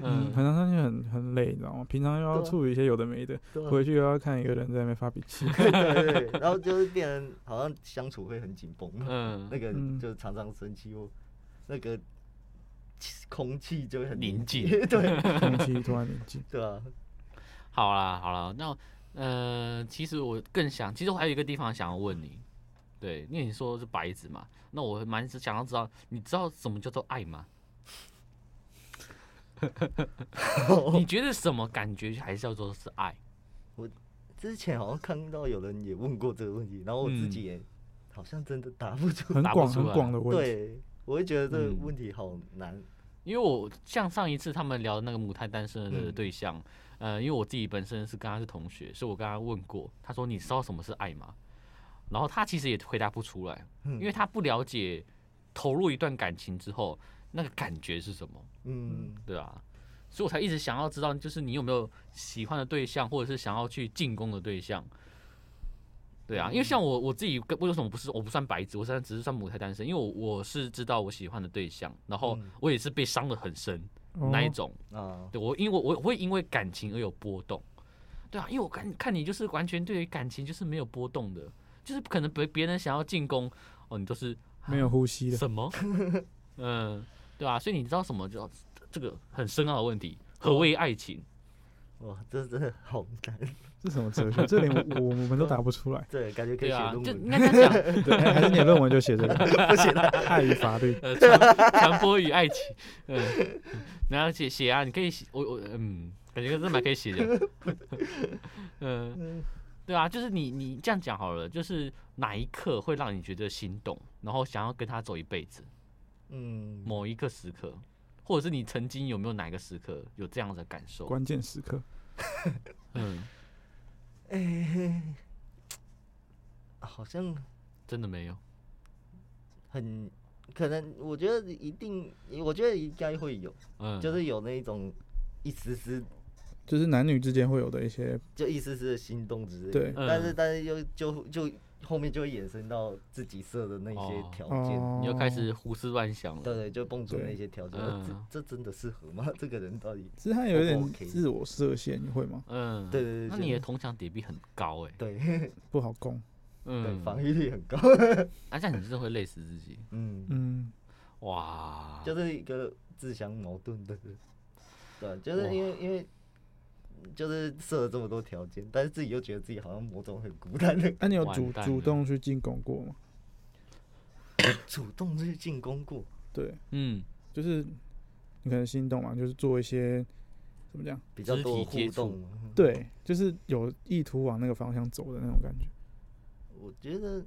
[SPEAKER 5] 嗯，
[SPEAKER 4] 嗯
[SPEAKER 5] 很常上去很很累，你知道吗？平常又要
[SPEAKER 6] 对啊
[SPEAKER 5] 处理一些有的没的，
[SPEAKER 6] 对啊
[SPEAKER 5] 回去又要看一个人在那边发脾 气，
[SPEAKER 6] 对对，对，然后就是变成好像相处会很紧绷，
[SPEAKER 4] 嗯
[SPEAKER 6] 那
[SPEAKER 4] 嗯，
[SPEAKER 6] 个
[SPEAKER 5] 嗯
[SPEAKER 6] 就是常常生气哦，那个气空气就会很
[SPEAKER 4] 宁静
[SPEAKER 6] 对
[SPEAKER 5] 空气突然宁静，
[SPEAKER 6] 对啊，
[SPEAKER 4] 好啦好啦，那呃，其实我更想，其实我还有一个地方想要问你，对，因为你说是白纸嘛，那我蛮想要知道，你知道什么叫做爱吗？ 你觉得什么感觉还是叫做是爱？
[SPEAKER 6] 之前好像看到有人也问过这个问题，然后我自己
[SPEAKER 4] 嗯
[SPEAKER 6] 也好像真的答不 出，
[SPEAKER 5] 很
[SPEAKER 4] 答不
[SPEAKER 5] 广
[SPEAKER 4] 出
[SPEAKER 5] 很
[SPEAKER 4] 来
[SPEAKER 5] 广的问题，
[SPEAKER 6] 对，我会觉得这个
[SPEAKER 4] 嗯
[SPEAKER 6] 问题好难，啊
[SPEAKER 4] 因为我像上一次他们聊那个母胎单身的
[SPEAKER 6] 嗯
[SPEAKER 4] 对象，呃，因为我自己本身是跟他是同学，所以我跟他问过，他说你知道什么是爱吗？然后他其实也回答不出来，
[SPEAKER 6] 因
[SPEAKER 4] 因为他不了解投入一段感情之后那个感觉是什么，
[SPEAKER 6] 嗯
[SPEAKER 4] 对啊，所以我才一直想要知道，就是你有没有喜欢的对象，或者是想要去进攻的对象。对啊，因为像我我自己跟为什么不是我不算白纸，我现在只是算母胎单身，因为我我是知道我喜欢的对象，然后
[SPEAKER 6] 嗯
[SPEAKER 4] 我也是被伤的很深、
[SPEAKER 5] 哦
[SPEAKER 4] 那一种。
[SPEAKER 6] 啊，
[SPEAKER 4] 对我，因为我我会因为感情而有波动，对啊，因为我看看你就是完全对于感情就是没有波动的，就是可能别别人想要进攻哦，你都是
[SPEAKER 5] 没有呼吸的，
[SPEAKER 4] 什么？嗯，对啊，所以你知道什么叫这个很深奥的问题？何谓爱情？
[SPEAKER 6] 哇，这真的好难，
[SPEAKER 5] 这什么哲学？这连我我我们都答 不出来。
[SPEAKER 6] 对，感觉可
[SPEAKER 4] 对
[SPEAKER 6] 以写
[SPEAKER 4] 啊，
[SPEAKER 6] 论
[SPEAKER 4] 就应
[SPEAKER 6] 文。
[SPEAKER 4] 该这样讲，
[SPEAKER 5] 对，还还是你的论文就写 这个，不写爱与法律。
[SPEAKER 4] 呃，传传播与爱情，嗯，然后写写啊，你可以写，我我嗯，感觉这蛮可以写的，嗯， 对啊，就是你你这样讲好了，就是哪一刻会让你觉得心动，然后想要跟他走一辈子，
[SPEAKER 6] 嗯，
[SPEAKER 4] 某一个时刻，或者是你曾经有没有哪一个时刻有这样的感受？
[SPEAKER 5] 关键时刻，
[SPEAKER 4] 嗯，
[SPEAKER 6] 好像
[SPEAKER 4] 真的没有，
[SPEAKER 6] 很可能，我觉得一定，我觉得应该会有，
[SPEAKER 4] 嗯，
[SPEAKER 6] 就是有那一种一丝丝，
[SPEAKER 5] 就是男女之间会有的一些，
[SPEAKER 6] 就一丝丝的心动之类的。
[SPEAKER 5] 对
[SPEAKER 6] 但是
[SPEAKER 4] 嗯
[SPEAKER 6] 但是又就就后面就会衍生到自己设的那些
[SPEAKER 4] 哦
[SPEAKER 6] 条件，
[SPEAKER 5] 哦，
[SPEAKER 4] 你又开始胡思乱想
[SPEAKER 6] 对
[SPEAKER 4] 了，
[SPEAKER 6] 对，就蹦出那
[SPEAKER 5] 对
[SPEAKER 6] 些条件，呃
[SPEAKER 4] 嗯
[SPEAKER 6] 这这真的适合吗？ 这个人到底？
[SPEAKER 5] 其实他有一
[SPEAKER 4] 哦
[SPEAKER 6] 不
[SPEAKER 5] 点
[SPEAKER 6] OK
[SPEAKER 5] 自我设限，你会吗？
[SPEAKER 4] 嗯，
[SPEAKER 6] 对对对，
[SPEAKER 4] 那
[SPEAKER 6] 就
[SPEAKER 4] 你的铜墙铁壁很高哎、
[SPEAKER 6] 对
[SPEAKER 5] 不好攻。
[SPEAKER 6] 对，
[SPEAKER 4] 嗯，
[SPEAKER 6] 防御力很 高，
[SPEAKER 4] 啊，这样你真的会累死自己，
[SPEAKER 6] 嗯，
[SPEAKER 5] 嗯，
[SPEAKER 4] 哇，
[SPEAKER 6] 就是一个自相矛盾的人，对，就是因为因为。就是设了这么多条件，但是自己又觉得自己好像某种很孤单的，
[SPEAKER 5] 那、啊你有
[SPEAKER 4] 完
[SPEAKER 5] 主
[SPEAKER 4] 蛋
[SPEAKER 5] 主
[SPEAKER 4] 了
[SPEAKER 5] 动去进攻过吗？
[SPEAKER 6] 主动去进攻过，
[SPEAKER 5] 对，
[SPEAKER 4] 嗯，
[SPEAKER 5] 就是你可能心动嘛，就是做一些怎么讲？
[SPEAKER 6] 比较
[SPEAKER 4] 肢
[SPEAKER 6] 多
[SPEAKER 4] 体
[SPEAKER 6] 互
[SPEAKER 4] 接触
[SPEAKER 6] 动。，
[SPEAKER 5] 对，就是有意图往那个方向走的那种感觉，
[SPEAKER 6] 我觉 得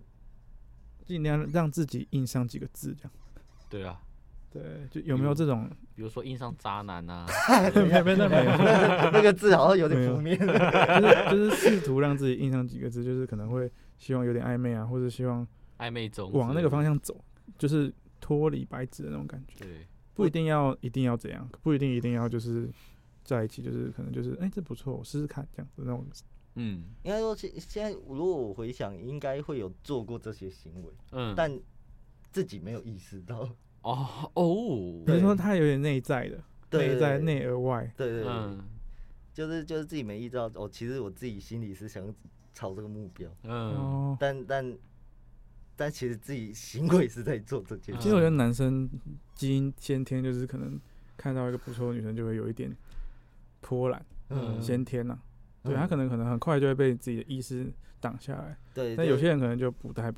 [SPEAKER 5] 尽量让自己印上几个字这样。
[SPEAKER 4] 对啊，
[SPEAKER 5] 对，就有没有这种？
[SPEAKER 4] 比如说印上渣男啊，
[SPEAKER 5] 没没那没有，
[SPEAKER 6] 那个字好像有点
[SPEAKER 5] 没有
[SPEAKER 6] 负面。
[SPEAKER 5] 就是就是试图让自己印上几个字，就是可能会希望有点暧昧啊，或者希望
[SPEAKER 4] 暧昧中之
[SPEAKER 5] 往那
[SPEAKER 4] 类的
[SPEAKER 5] 个方，向走，就是脱离白纸的那种感觉。
[SPEAKER 4] 对，
[SPEAKER 5] 不一定要一定要怎样，不一定一定要就是在一起，就是可能就是哎、这不错，我试试看这样子那种。
[SPEAKER 4] 嗯
[SPEAKER 6] 应该说现现在，如果我回想，应该会有做过这些行为，
[SPEAKER 4] 嗯，
[SPEAKER 6] 但自己没有意识到。
[SPEAKER 4] 哦哦，
[SPEAKER 5] 比如
[SPEAKER 6] 对
[SPEAKER 5] 说他有点内在的，
[SPEAKER 6] 对
[SPEAKER 5] 内在
[SPEAKER 6] 对
[SPEAKER 5] 内而外，
[SPEAKER 6] 对对对，
[SPEAKER 4] 嗯
[SPEAKER 6] 就是就是自己没意识到。哦，其实我自己心里是想朝这个目标，
[SPEAKER 4] 嗯，
[SPEAKER 5] 哦，
[SPEAKER 6] 但但但其实自己行为是在做这件
[SPEAKER 4] 嗯
[SPEAKER 5] 其
[SPEAKER 6] 事。
[SPEAKER 5] 实我觉得男生基因先天就是可能看到一个不错的女生就会有一点波澜，
[SPEAKER 4] 嗯
[SPEAKER 5] 先天呐、对
[SPEAKER 6] 嗯
[SPEAKER 5] 他可能可能很快就会被自己的意识挡下来，
[SPEAKER 6] 对，
[SPEAKER 5] 但
[SPEAKER 6] 就
[SPEAKER 5] 有些人可能就不太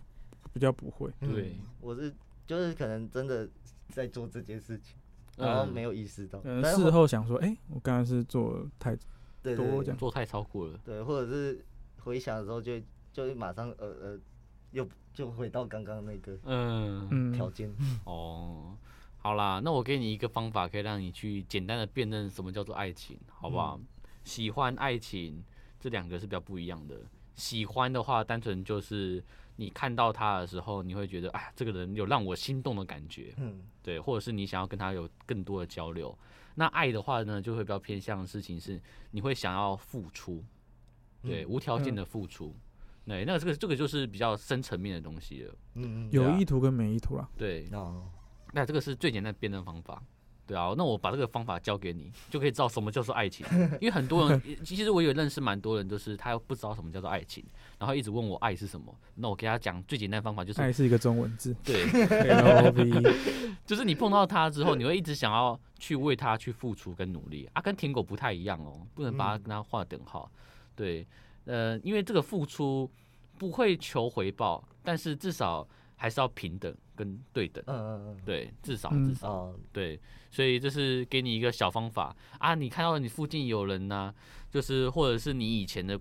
[SPEAKER 5] 比较不会，
[SPEAKER 6] 嗯
[SPEAKER 4] 对
[SPEAKER 6] 我是就是可能真的在做这件事情，
[SPEAKER 4] 嗯
[SPEAKER 6] 然后没有意识到，
[SPEAKER 5] 可能
[SPEAKER 6] 但是
[SPEAKER 5] 事后想说，哎、我刚才是做得太
[SPEAKER 6] 对对
[SPEAKER 5] 多
[SPEAKER 6] 对
[SPEAKER 5] 这样
[SPEAKER 4] 做太超过了，
[SPEAKER 6] 对，或者是回想的时候就会就会马上呃呃，又就回到刚刚那个
[SPEAKER 4] 嗯
[SPEAKER 5] 嗯
[SPEAKER 6] 条件，
[SPEAKER 4] 哦。好啦，那我给你一个方法，可以让你去简单的辨认什么叫做爱情，好不
[SPEAKER 5] 嗯
[SPEAKER 4] 好？喜欢爱情这两个是比较不一样的。喜欢的话，单纯就是你看到他的时候，你会觉得，哎呀，这个人有让我心动的感觉。
[SPEAKER 6] 嗯，
[SPEAKER 4] 对，或者是你想要跟他有更多的交流。那爱的话呢，就会比较偏向的事情是，你会想要付出， 对，
[SPEAKER 6] 嗯
[SPEAKER 4] 无条件的付出。对，那这个这个就是比较深层面的东西了。
[SPEAKER 6] 嗯嗯，
[SPEAKER 5] 有
[SPEAKER 4] 啊
[SPEAKER 5] 意图跟没意图啦。
[SPEAKER 4] 对，
[SPEAKER 6] 哦，
[SPEAKER 4] 那这个是最简单的辨认方法。对啊，那我把这个方法教给你，就可以知道什么叫做爱情。因为很多人， 其实我有认识蛮多人，就是他不知道什么叫做爱情，然后一直问我爱是什么。那我给他讲最简单的方法就是，
[SPEAKER 5] 爱是一个中文字
[SPEAKER 4] 对，
[SPEAKER 5] ，L O V E，
[SPEAKER 4] 就是你碰到他之后，你会一直想要去为他去付出跟努力啊，跟舔狗不太一样哦，不能把它
[SPEAKER 6] 嗯
[SPEAKER 4] 跟他划等号。对，呃，因为这个付出不会求回报，但是至少还是要平等跟对等。
[SPEAKER 6] 嗯嗯嗯，
[SPEAKER 4] 对，至少
[SPEAKER 5] 嗯
[SPEAKER 4] 至少、
[SPEAKER 6] 哦，
[SPEAKER 4] 对，所以这是给你一个小方法啊。你看到你附近有人呐、就是或者是你以前的，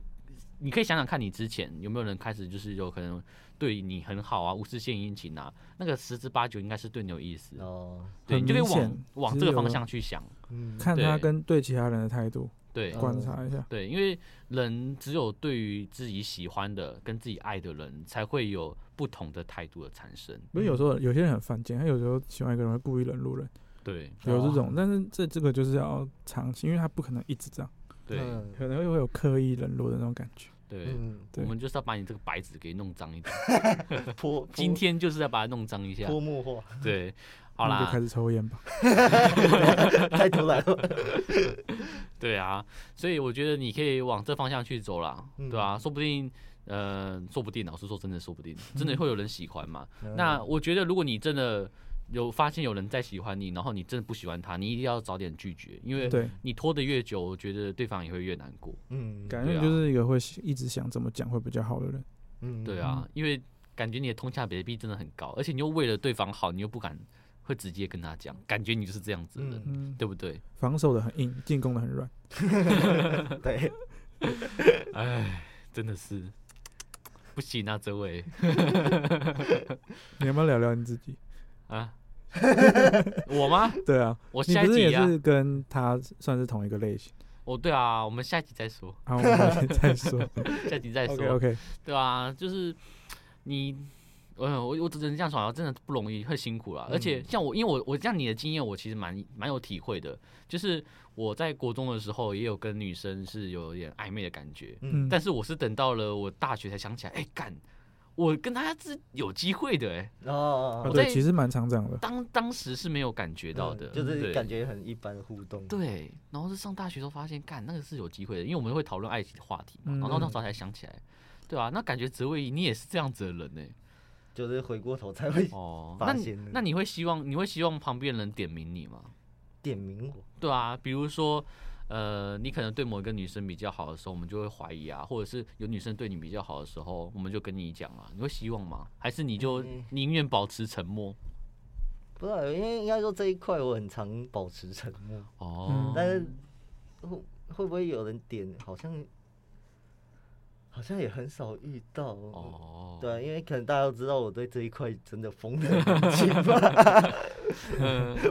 [SPEAKER 4] 你可以想想看你之前有没有人开始就是有可能对你很好啊，无事献殷勤啊，那个十之八九应该是对你有意思。
[SPEAKER 6] 哦，
[SPEAKER 4] 对，
[SPEAKER 5] 很
[SPEAKER 4] 你就可以
[SPEAKER 5] 明
[SPEAKER 4] 往
[SPEAKER 5] 显
[SPEAKER 4] 往
[SPEAKER 5] 其
[SPEAKER 4] 这
[SPEAKER 5] 实
[SPEAKER 4] 个
[SPEAKER 5] 有
[SPEAKER 4] 方
[SPEAKER 5] 的
[SPEAKER 4] 向去想。
[SPEAKER 6] 嗯，
[SPEAKER 5] 看他
[SPEAKER 4] 对
[SPEAKER 5] 跟对其他人的态度，
[SPEAKER 4] 对
[SPEAKER 6] 嗯
[SPEAKER 5] 观察一下。
[SPEAKER 4] 对，因为人只有对于自己喜欢的跟自己爱的人，才会有不同的态度的产生。
[SPEAKER 5] 不是有时候有些人很犯贱，他有时候喜欢一个人会故意冷落人，
[SPEAKER 4] 对
[SPEAKER 5] 有这种，但是这这个就是要长期，因为他不可能一直这样，
[SPEAKER 4] 对
[SPEAKER 6] 嗯
[SPEAKER 5] 可能会有刻意冷落的那种感觉。
[SPEAKER 4] 对，
[SPEAKER 6] 嗯，
[SPEAKER 4] 我
[SPEAKER 5] 对
[SPEAKER 4] 们就是要把你这个白纸给弄脏一 点，
[SPEAKER 6] 泼
[SPEAKER 4] 今天就是要把它弄脏一下
[SPEAKER 6] 泼。墨化
[SPEAKER 4] 对，好
[SPEAKER 5] 那你就开
[SPEAKER 4] 啦，
[SPEAKER 5] 始抽烟吧。
[SPEAKER 6] 太突然了，
[SPEAKER 4] 对啊，所以我觉得你可以往这方向去走啦，对啊，
[SPEAKER 6] 嗯
[SPEAKER 4] 说不定。
[SPEAKER 5] 嗯
[SPEAKER 4] 嗯呃，说不定，老实说，真的说不定，真的会有人喜欢嘛？那我觉得，如果你真的有发现有人在喜欢你，然后你真的不喜欢他，你一定要早点拒绝，因为
[SPEAKER 5] 对，
[SPEAKER 4] 你拖得越久，我觉得对方也会越难过。
[SPEAKER 6] 嗯，
[SPEAKER 5] 感觉
[SPEAKER 4] 对啊
[SPEAKER 5] 就是一个会一直想怎么讲会比较好的人。
[SPEAKER 6] 嗯
[SPEAKER 4] 对啊，因为感觉你的通下比特币真的很高，而且你又为了对方好，你又不敢会直接跟他讲，感觉你就是这样子的人，
[SPEAKER 6] 嗯，
[SPEAKER 5] 嗯，
[SPEAKER 4] 对不对？
[SPEAKER 5] 防守的很硬，进攻的很软。
[SPEAKER 6] 对，
[SPEAKER 4] 哎，真的是不行啊，这位
[SPEAKER 5] 你要不要聊聊你自 己？
[SPEAKER 4] 啊，我吗？
[SPEAKER 5] 对啊，
[SPEAKER 4] 我
[SPEAKER 5] 你
[SPEAKER 4] 下一
[SPEAKER 5] 不是也
[SPEAKER 4] 集啊，
[SPEAKER 5] 是跟他算是同一个类型？
[SPEAKER 4] 哦，对啊，我们下一集再说，
[SPEAKER 5] 好，我们再 说。
[SPEAKER 4] 下一集再说。
[SPEAKER 5] OK OK，
[SPEAKER 4] 对啊，就是你，呃，我我只能这样说，啊，真的不容易，很辛苦啦。而
[SPEAKER 6] 嗯
[SPEAKER 4] 且像我，因为我我像你的经验，我其实蛮蛮有体会的。就是我在国中的时候，也有跟女生是有点暧昧的感觉，
[SPEAKER 5] 嗯，
[SPEAKER 4] 但是我是等到了我大学才想起来，哎、干，我跟她是有机会的、哎，
[SPEAKER 6] 哦哦
[SPEAKER 5] 啊
[SPEAKER 6] 哦
[SPEAKER 4] 我在
[SPEAKER 5] 对，其实蛮常这样的。
[SPEAKER 4] 当当时是没有感觉到的，
[SPEAKER 6] 嗯就 是
[SPEAKER 4] 对
[SPEAKER 6] 感觉很一般的互动，
[SPEAKER 4] 对，然后是上大学时候发现，干那个是有机会的，因为我们会讨论爱情的话题嘛，
[SPEAKER 5] 嗯
[SPEAKER 4] 然后那时候才想起来，对啊，那感觉泽维你也是这样子的人呢、
[SPEAKER 6] 就是回过头才会
[SPEAKER 4] 哦，
[SPEAKER 6] 发
[SPEAKER 4] 那你
[SPEAKER 6] 现的
[SPEAKER 4] 那你会希望你会希望旁边人点名你吗？
[SPEAKER 6] 点名我，
[SPEAKER 4] 对啊，比如说，呃，你可能对某一个女生比较好的时候，我们就会怀疑啊，或者是有女生对你比较好的时候，我们就跟你讲啊，你会希望吗？还是你就
[SPEAKER 6] 嗯
[SPEAKER 4] 宁愿保持沉默？
[SPEAKER 6] 不知道，因为应该说这一块我很常保持沉默，
[SPEAKER 4] 哦，
[SPEAKER 6] 嗯但是会会不会有人点？好像好像也很少遇到。哦，
[SPEAKER 4] 哦，
[SPEAKER 6] 对啊，因为可能大家都知道我对这一块真的疯的 很紧吧，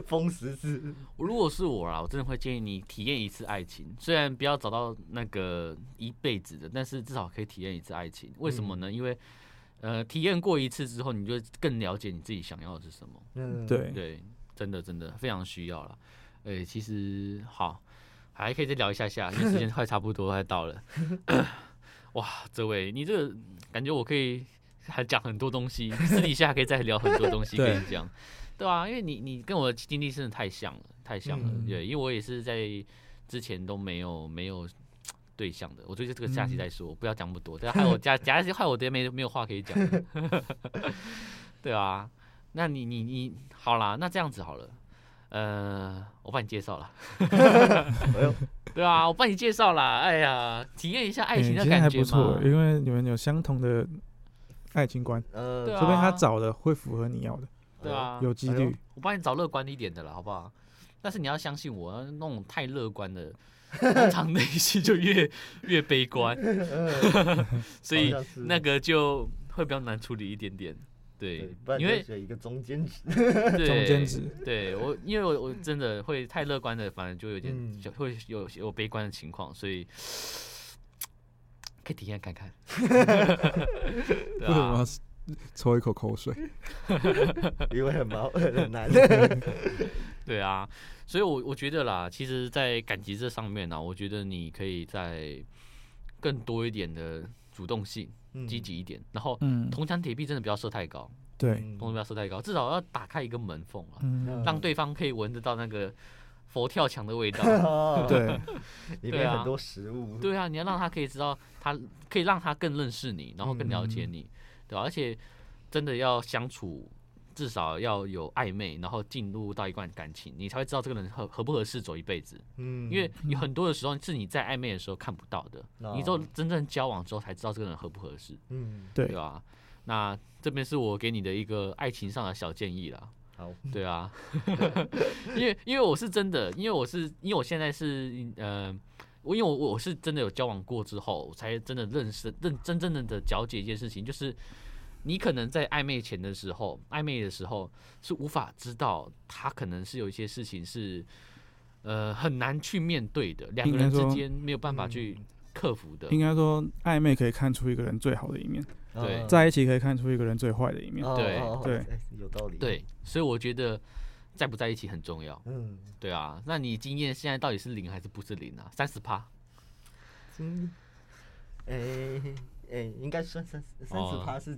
[SPEAKER 6] 疯十次。
[SPEAKER 4] 如果是我啦，我真的会建议你体验一次爱情，虽然不要找到那个一辈子的，但是至少可以体验一次爱情。为什么
[SPEAKER 6] 嗯
[SPEAKER 4] 呢？因为呃，体验过一次之后，你就更了解你自己想要的是什么。
[SPEAKER 6] 嗯，，
[SPEAKER 5] 对，
[SPEAKER 4] 对，真的真的非常需要了。诶、其实好，还可以再聊一下下，因为时 间快差不多快到了。 哇，这位，你这个感觉我可以还讲很多东西，私底下可以再聊很多东西跟你讲，对啊，因为你你跟我的经历真的太像了，太像了。
[SPEAKER 5] 嗯
[SPEAKER 4] 对，因为我也是在之前都没有没有。对象的，我觉得这个
[SPEAKER 5] 嗯
[SPEAKER 4] 下期再说，不要讲那么多，对啊，害我 加加一些，害我等下没没有话可以讲 了，对啊，那你你你好啦，那这样子好了，呃，我帮你介绍了，
[SPEAKER 6] 哎呦，
[SPEAKER 4] 对啊，我帮你介绍啦，哎呀，体验一下爱
[SPEAKER 5] 欸
[SPEAKER 4] 情的
[SPEAKER 5] 其实
[SPEAKER 4] 感
[SPEAKER 5] 还
[SPEAKER 4] 觉
[SPEAKER 5] 不错
[SPEAKER 4] 嘛，，
[SPEAKER 5] 因为你们有相同的爱情观，
[SPEAKER 6] 呃，
[SPEAKER 4] 对啊
[SPEAKER 5] 除非他找的会符合你要的，
[SPEAKER 4] 对啊，
[SPEAKER 5] 有几
[SPEAKER 6] 哎
[SPEAKER 5] 率
[SPEAKER 6] 呦。
[SPEAKER 4] 我帮你找乐观一点的啦，好不好？但是你要相信我，那种太乐观 的，通常内心就越越悲观， 所以
[SPEAKER 6] 好像是
[SPEAKER 4] 那个就会比较难处理一点点，
[SPEAKER 6] 对
[SPEAKER 4] 对，，
[SPEAKER 6] 不然
[SPEAKER 4] 因为
[SPEAKER 6] 就有一个中间值。
[SPEAKER 4] 对
[SPEAKER 5] 中间值。
[SPEAKER 4] 对我，因为我我真的会太乐观的，反正就有点、
[SPEAKER 6] 嗯
[SPEAKER 4] 就会有有悲观的情况，所以可以体验看 看。对
[SPEAKER 7] 为什么
[SPEAKER 4] 啊
[SPEAKER 7] 要， 抽一口口水？
[SPEAKER 6] 因为很麻很难。
[SPEAKER 4] 对啊，所以我我觉得啦，其实，在感情这上面呢、啊我觉得你可以在更多一点的主动性，
[SPEAKER 6] 嗯
[SPEAKER 4] 积极一点，然后
[SPEAKER 5] 嗯，
[SPEAKER 4] 铜墙铁壁真的不要设太高，
[SPEAKER 5] 对，
[SPEAKER 6] 嗯
[SPEAKER 4] 铜墙不要设太高，至少要打开一个门缝啊，
[SPEAKER 5] 嗯，
[SPEAKER 4] 让对方可以闻得到那个佛跳墙的味 道。
[SPEAKER 6] 哦，
[SPEAKER 5] 对，
[SPEAKER 6] 里
[SPEAKER 4] 对
[SPEAKER 6] 面
[SPEAKER 4] 啊
[SPEAKER 6] 很多食物。
[SPEAKER 4] 对啊，你要让他可以知道他，可以让他更认识你，然后更了解
[SPEAKER 5] 嗯
[SPEAKER 4] 你，对吧、而且真的要相处，至少要有暧昧，然后进入到一段感情，你才会知道这个人合合不合适走一辈子。
[SPEAKER 6] 嗯，
[SPEAKER 4] 因为有很多的时候是你在暧昧的时候看不到的，
[SPEAKER 5] 嗯
[SPEAKER 6] 哦
[SPEAKER 4] 你只有真正交往之后才知道这个人合不合适，
[SPEAKER 6] 嗯，
[SPEAKER 5] 对
[SPEAKER 4] 对吧、啊那这边是我给你的一个爱情上的小建议啦。
[SPEAKER 6] 好，
[SPEAKER 4] 对啊， 因为因为我是真的，因为我是因为我现在是呃，我因为我我是真的有交往过之后，我才真的认识认真正的了解一件事情，就是你可能在暧昧前的时候，暧昧的时候是无法知道他可能是有一些事情是呃很难去面对的，两个人
[SPEAKER 5] 应该
[SPEAKER 4] 之
[SPEAKER 5] 说嗯
[SPEAKER 4] 间没有办法去克服的。
[SPEAKER 5] 应该说暧昧可以看出一个人最好的一面，
[SPEAKER 4] 对
[SPEAKER 6] 哦
[SPEAKER 5] 在一起可以看出一个人最坏的一面。
[SPEAKER 6] 哦
[SPEAKER 4] 对
[SPEAKER 6] 哦哦
[SPEAKER 5] 对
[SPEAKER 6] 哎有道理。，
[SPEAKER 4] 对，所以我觉得在不在一起很重要。
[SPEAKER 6] 嗯，
[SPEAKER 4] 对啊，那你经验现在到底是零还是不是零啊？三十趴。
[SPEAKER 6] 今哎哎，应该算三三十
[SPEAKER 4] 哦
[SPEAKER 6] 趴是，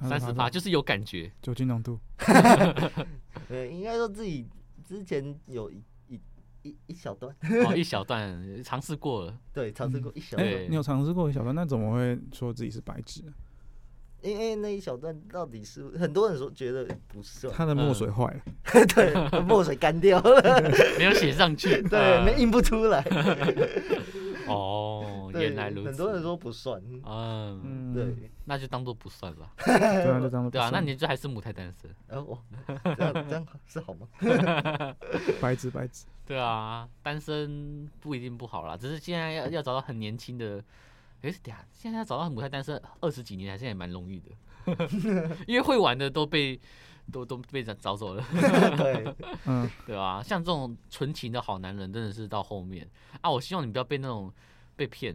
[SPEAKER 4] 三十八
[SPEAKER 5] 八
[SPEAKER 4] 就是有感觉，
[SPEAKER 5] 酒精浓度，
[SPEAKER 6] 呃，应该说自己之前有一一一一小段，
[SPEAKER 4] 哦，一小段尝试过了，
[SPEAKER 6] 对，尝试过一小
[SPEAKER 5] 哎、
[SPEAKER 6] 段，
[SPEAKER 4] 对
[SPEAKER 5] 你有尝试过小段，那怎么会说自己是白纸呢？
[SPEAKER 6] 因为那一小段到底是很多人说觉得不 算，
[SPEAKER 7] 他的墨
[SPEAKER 4] 嗯
[SPEAKER 7] 水坏了，
[SPEAKER 6] 对，墨水干掉了，
[SPEAKER 4] 没有写上去。
[SPEAKER 6] 对，
[SPEAKER 4] 呃
[SPEAKER 6] 没印不出来。
[SPEAKER 4] 哦，
[SPEAKER 6] 对
[SPEAKER 4] 原来如此。
[SPEAKER 6] 很多人，说不算，
[SPEAKER 4] 嗯，
[SPEAKER 5] 嗯，
[SPEAKER 6] 对，，
[SPEAKER 4] 那就当做不算吧。
[SPEAKER 5] 对啊，就这样
[SPEAKER 6] 嗯
[SPEAKER 5] 子。
[SPEAKER 4] 对啊，那你就还是母胎单身。
[SPEAKER 6] 然后我这样这样是 好吗？
[SPEAKER 5] 白纸白纸，
[SPEAKER 4] 对啊，单身不一定不好啦，只是现在要要找到很年轻的，诶，等一下现在要找到母胎单身二十几年，还是也蛮容易的， 因为会玩的都被都都被找找走了，
[SPEAKER 6] 对，
[SPEAKER 5] 嗯，
[SPEAKER 4] 对啊，像这种纯情的好男人，真的是到后面啊，我希望你不要被那种被骗，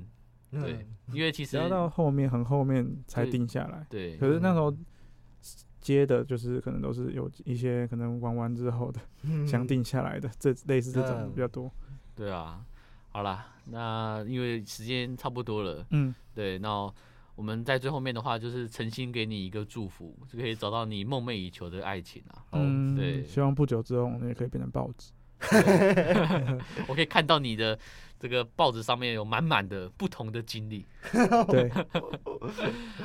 [SPEAKER 4] 对
[SPEAKER 6] 嗯，
[SPEAKER 4] 因为其
[SPEAKER 5] 只
[SPEAKER 4] 实
[SPEAKER 5] 要到后面很后面才
[SPEAKER 4] 对
[SPEAKER 5] 定下来。
[SPEAKER 4] 对
[SPEAKER 5] 可是那时候接的就是可能都是有一些可能玩完之后的
[SPEAKER 6] 嗯
[SPEAKER 5] 想定下来的，这类似这种的比较多。
[SPEAKER 4] 对啊，好啦，那因为时间差不多了，
[SPEAKER 5] 嗯，
[SPEAKER 4] 对，那我们在最后面的话，就是诚心给你一个祝福，就可以找到你梦寐以求的爱情啊。
[SPEAKER 5] 嗯，
[SPEAKER 4] 对
[SPEAKER 5] 希望不久之后我们也可以变成报 纸。
[SPEAKER 4] 我可以看到你的这个报纸上面有满满的不同的经历。
[SPEAKER 5] 对，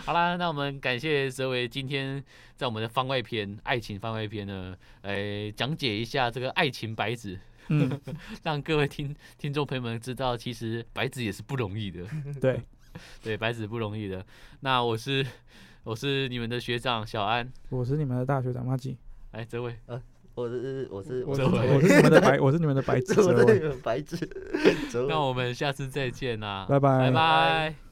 [SPEAKER 4] 好啦，那我们感谢泽维今天在我们的番外篇爱情番外篇呢，来讲解一下这个爱情白纸，
[SPEAKER 5] 嗯，
[SPEAKER 4] 让各位听听众朋友们知道，其实白纸也是不容易的。
[SPEAKER 5] 对，
[SPEAKER 4] 对，白纸不容易的。那我是我是你们的学长小安，
[SPEAKER 5] 我是你们的大学长马吉，
[SPEAKER 4] 哎，这位
[SPEAKER 6] 我是我是
[SPEAKER 5] 我
[SPEAKER 6] 我
[SPEAKER 5] 是
[SPEAKER 4] 这位
[SPEAKER 5] 我是你们的 白，我是你们的白纸
[SPEAKER 6] 是我
[SPEAKER 5] 折
[SPEAKER 6] 的
[SPEAKER 5] 尾，
[SPEAKER 6] 原白纸，折
[SPEAKER 4] 那
[SPEAKER 6] 尾
[SPEAKER 4] 我们下次再见啦，
[SPEAKER 5] 呃
[SPEAKER 4] 啊
[SPEAKER 5] 拜拜
[SPEAKER 4] 拜拜